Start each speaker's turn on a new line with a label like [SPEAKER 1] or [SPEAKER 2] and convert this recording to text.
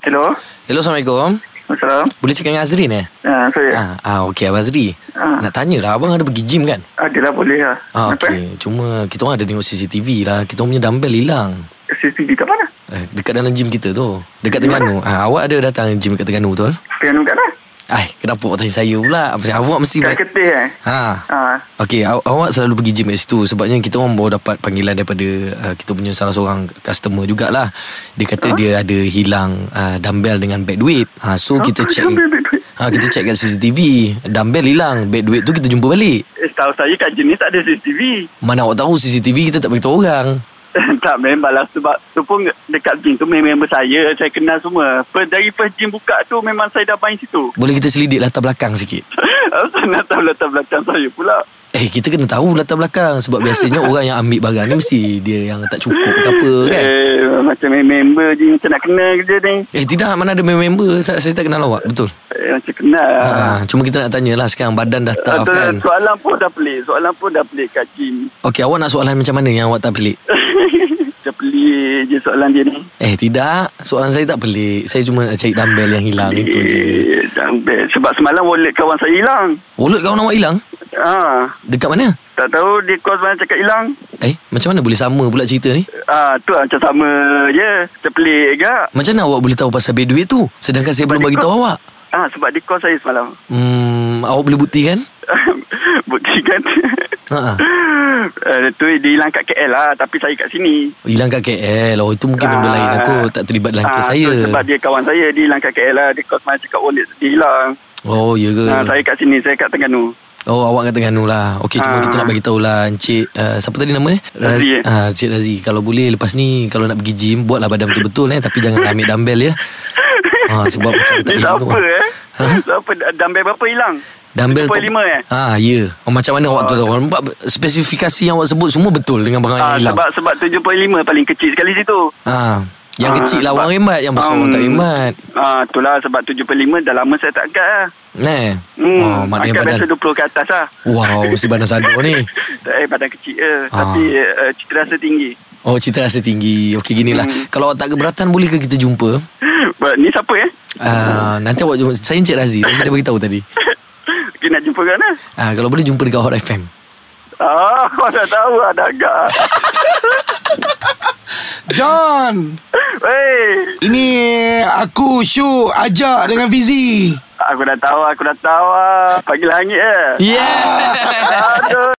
[SPEAKER 1] Hello.
[SPEAKER 2] Hello, Assalamualaikum.
[SPEAKER 1] Assalamualaikum.
[SPEAKER 2] Boleh cakap dengan Azrin eh?
[SPEAKER 1] Ah, saya.
[SPEAKER 2] Ah, ah okey Abang Azri.
[SPEAKER 1] Ah.
[SPEAKER 2] Nak tanyalah abang ada pergi gym kan?
[SPEAKER 1] Adalah boleh lah.
[SPEAKER 2] Ah
[SPEAKER 1] Kenapa, eh?
[SPEAKER 2] okey. Cuma kita orang ada tengok CCTV lah. Kita orang punya dumbbell hilang.
[SPEAKER 1] CCTV kat mana?
[SPEAKER 2] Eh, dekat dalam gym kita tu. Dekat Terengganu.
[SPEAKER 1] Ya.
[SPEAKER 2] Ah awak ada datang gym dekat Terengganu betul?
[SPEAKER 1] Piano kat mana?
[SPEAKER 2] Ai, kenapa awak tanya saya pula? Macam awak mesti
[SPEAKER 1] Kat Ketih eh?
[SPEAKER 2] Ha.
[SPEAKER 1] Ah.
[SPEAKER 2] Okey, aw- awak selalu pergi gym kat situ sebabnya kita orang baru dapat panggilan daripada uh, kita punya salah seorang customer jugalah. Dia kata dia ada hilang uh, dumbbell dengan bag duit. Ha, so kita
[SPEAKER 1] Apa
[SPEAKER 2] check.
[SPEAKER 1] dumbbell bag duit?
[SPEAKER 2] Ha, kita check kat CCTV, dumbbell hilang, bag duit tu kita jumpa balik.
[SPEAKER 1] Eh, tahu saya kat jenis tak ada CCTV.
[SPEAKER 2] Mana awak tahu CCTV kita tak beritahu orang.
[SPEAKER 1] tak memang lah sebab tu pun dekat gym tu member saya saya kenal semua per, dari first gym buka tu memang saya dah main situ
[SPEAKER 2] Boleh kita selidik latar belakang sikit.
[SPEAKER 1] asal nak tahu latar belakang saya pula
[SPEAKER 2] Eh, kita kena tahu latar belakang sebab biasanya orang yang ambil barang ni mesti dia yang tak cukup ke apa kan.
[SPEAKER 1] eh, macam main member je macam nak kenal je ni
[SPEAKER 2] Eh, tidak mana ada member saya, saya tak kenal awak, betul.
[SPEAKER 1] eh, macam kenal
[SPEAKER 2] Ha, cuma kita nak tanya lah sekarang badan dah
[SPEAKER 1] Ah,
[SPEAKER 2] tough
[SPEAKER 1] tu-
[SPEAKER 2] kan.
[SPEAKER 1] soalan pun dah pelik soalan pun dah pelik kat gym
[SPEAKER 2] Okey, awak nak soalan macam mana yang awak tak pelik?
[SPEAKER 1] dah pelik je soalan dia ni
[SPEAKER 2] Eh, tidak. Soalan saya tak pelik. Saya cuma nak cari dumbbell yang hilang itu Ah, je.
[SPEAKER 1] Eh, sampai- sebab semalam wallet kawan saya hilang
[SPEAKER 2] Wallet kawan awak hilang?
[SPEAKER 1] ah,
[SPEAKER 2] Dekat mana?
[SPEAKER 1] tak tahu dia call semalam cakap hilang
[SPEAKER 2] Eh, macam mana boleh sama pula cerita ni?
[SPEAKER 1] ah, tu lah macam sama je macam pelik juga
[SPEAKER 2] Macam mana awak boleh tahu pasal beg duit tu? Sedangkan saya belum bagi tahu awak.
[SPEAKER 1] Ah sebab dia call saya semalam.
[SPEAKER 2] Hmm, awak boleh buktikan?
[SPEAKER 1] Buktikan.
[SPEAKER 2] Ha.
[SPEAKER 1] Uh, tu dia hilang kat KL lah tapi saya kat sini.
[SPEAKER 2] Hilang kat KL. Oh, itu mungkin member
[SPEAKER 1] Ah.
[SPEAKER 2] lain aku tak terlibat dalam kes
[SPEAKER 1] Ah,
[SPEAKER 2] saya.
[SPEAKER 1] Tu sebab dia kawan saya dia hilang kat KL lah. Dia call semalam cakap wallet dia hilang.
[SPEAKER 2] Oh, ya ke?
[SPEAKER 1] Uh, saya kat sini, saya kat Terengganu.
[SPEAKER 2] Oh, awak kata Nganu lah. Okey,
[SPEAKER 1] Ah.
[SPEAKER 2] cuma kita nak bagi tahulah Encik uh, siapa tadi nama ni?
[SPEAKER 1] Razi, eh?
[SPEAKER 2] Ah, Encik Razi. Kalau boleh lepas ni kalau nak pergi gym buatlah badan betul-betul eh tapi jangan ambil dumbbell ya. Ah, sebab macam
[SPEAKER 1] Dia
[SPEAKER 2] tak
[SPEAKER 1] tak
[SPEAKER 2] hilang tu.
[SPEAKER 1] apa eh.
[SPEAKER 2] Ha?
[SPEAKER 1] Tak apa dumbbell berapa hilang?
[SPEAKER 2] Dumbbell
[SPEAKER 1] 75 eh?
[SPEAKER 2] Ah, ya. Oh, macam mana awak tahu? Nampak spesifikasi yang awak sebut semua betul dengan barang yang
[SPEAKER 1] Ah,
[SPEAKER 2] hilang.
[SPEAKER 1] sebab sebab 75 paling kecil sekali situ.
[SPEAKER 2] Ah, yang
[SPEAKER 1] Ah,
[SPEAKER 2] kecil lah
[SPEAKER 1] sebab-
[SPEAKER 2] orang remat, yang besar orang tak
[SPEAKER 1] Um,
[SPEAKER 2] remat.
[SPEAKER 1] Ah, itulah sebab 75 dah lama saya tak angkat lah.
[SPEAKER 2] Nah.
[SPEAKER 1] Hmm,
[SPEAKER 2] oh, maknanya
[SPEAKER 1] angkat
[SPEAKER 2] badan.
[SPEAKER 1] biasa 20 ke atas lah.
[SPEAKER 2] Wow, mesti badan sadu ni.
[SPEAKER 1] Eh, badan kecil eh.
[SPEAKER 2] Ah.
[SPEAKER 1] Tapi uh, cita rasa tinggi.
[SPEAKER 2] Oh, cita rasa tinggi. Okey, ginilah. Kalau awak tak keberatan boleh ke kita jumpa?
[SPEAKER 1] But, ni siapa eh?
[SPEAKER 2] Ah, nanti awak jumpa Saya Encik Razi Razi dah beritahu tadi
[SPEAKER 1] Okay, nak jumpa kat mana?
[SPEAKER 2] Ah, Kalau boleh jumpa dekat Hot FM
[SPEAKER 1] Ah, kau dah tahu lah dah agak.
[SPEAKER 3] John
[SPEAKER 1] Wey,
[SPEAKER 3] Ini aku Syuk Ajak dengan Fizi
[SPEAKER 1] ah, aku dah tahu, aku dah tahu lah. Pagi langit eh.
[SPEAKER 2] Yeah
[SPEAKER 1] Aduh.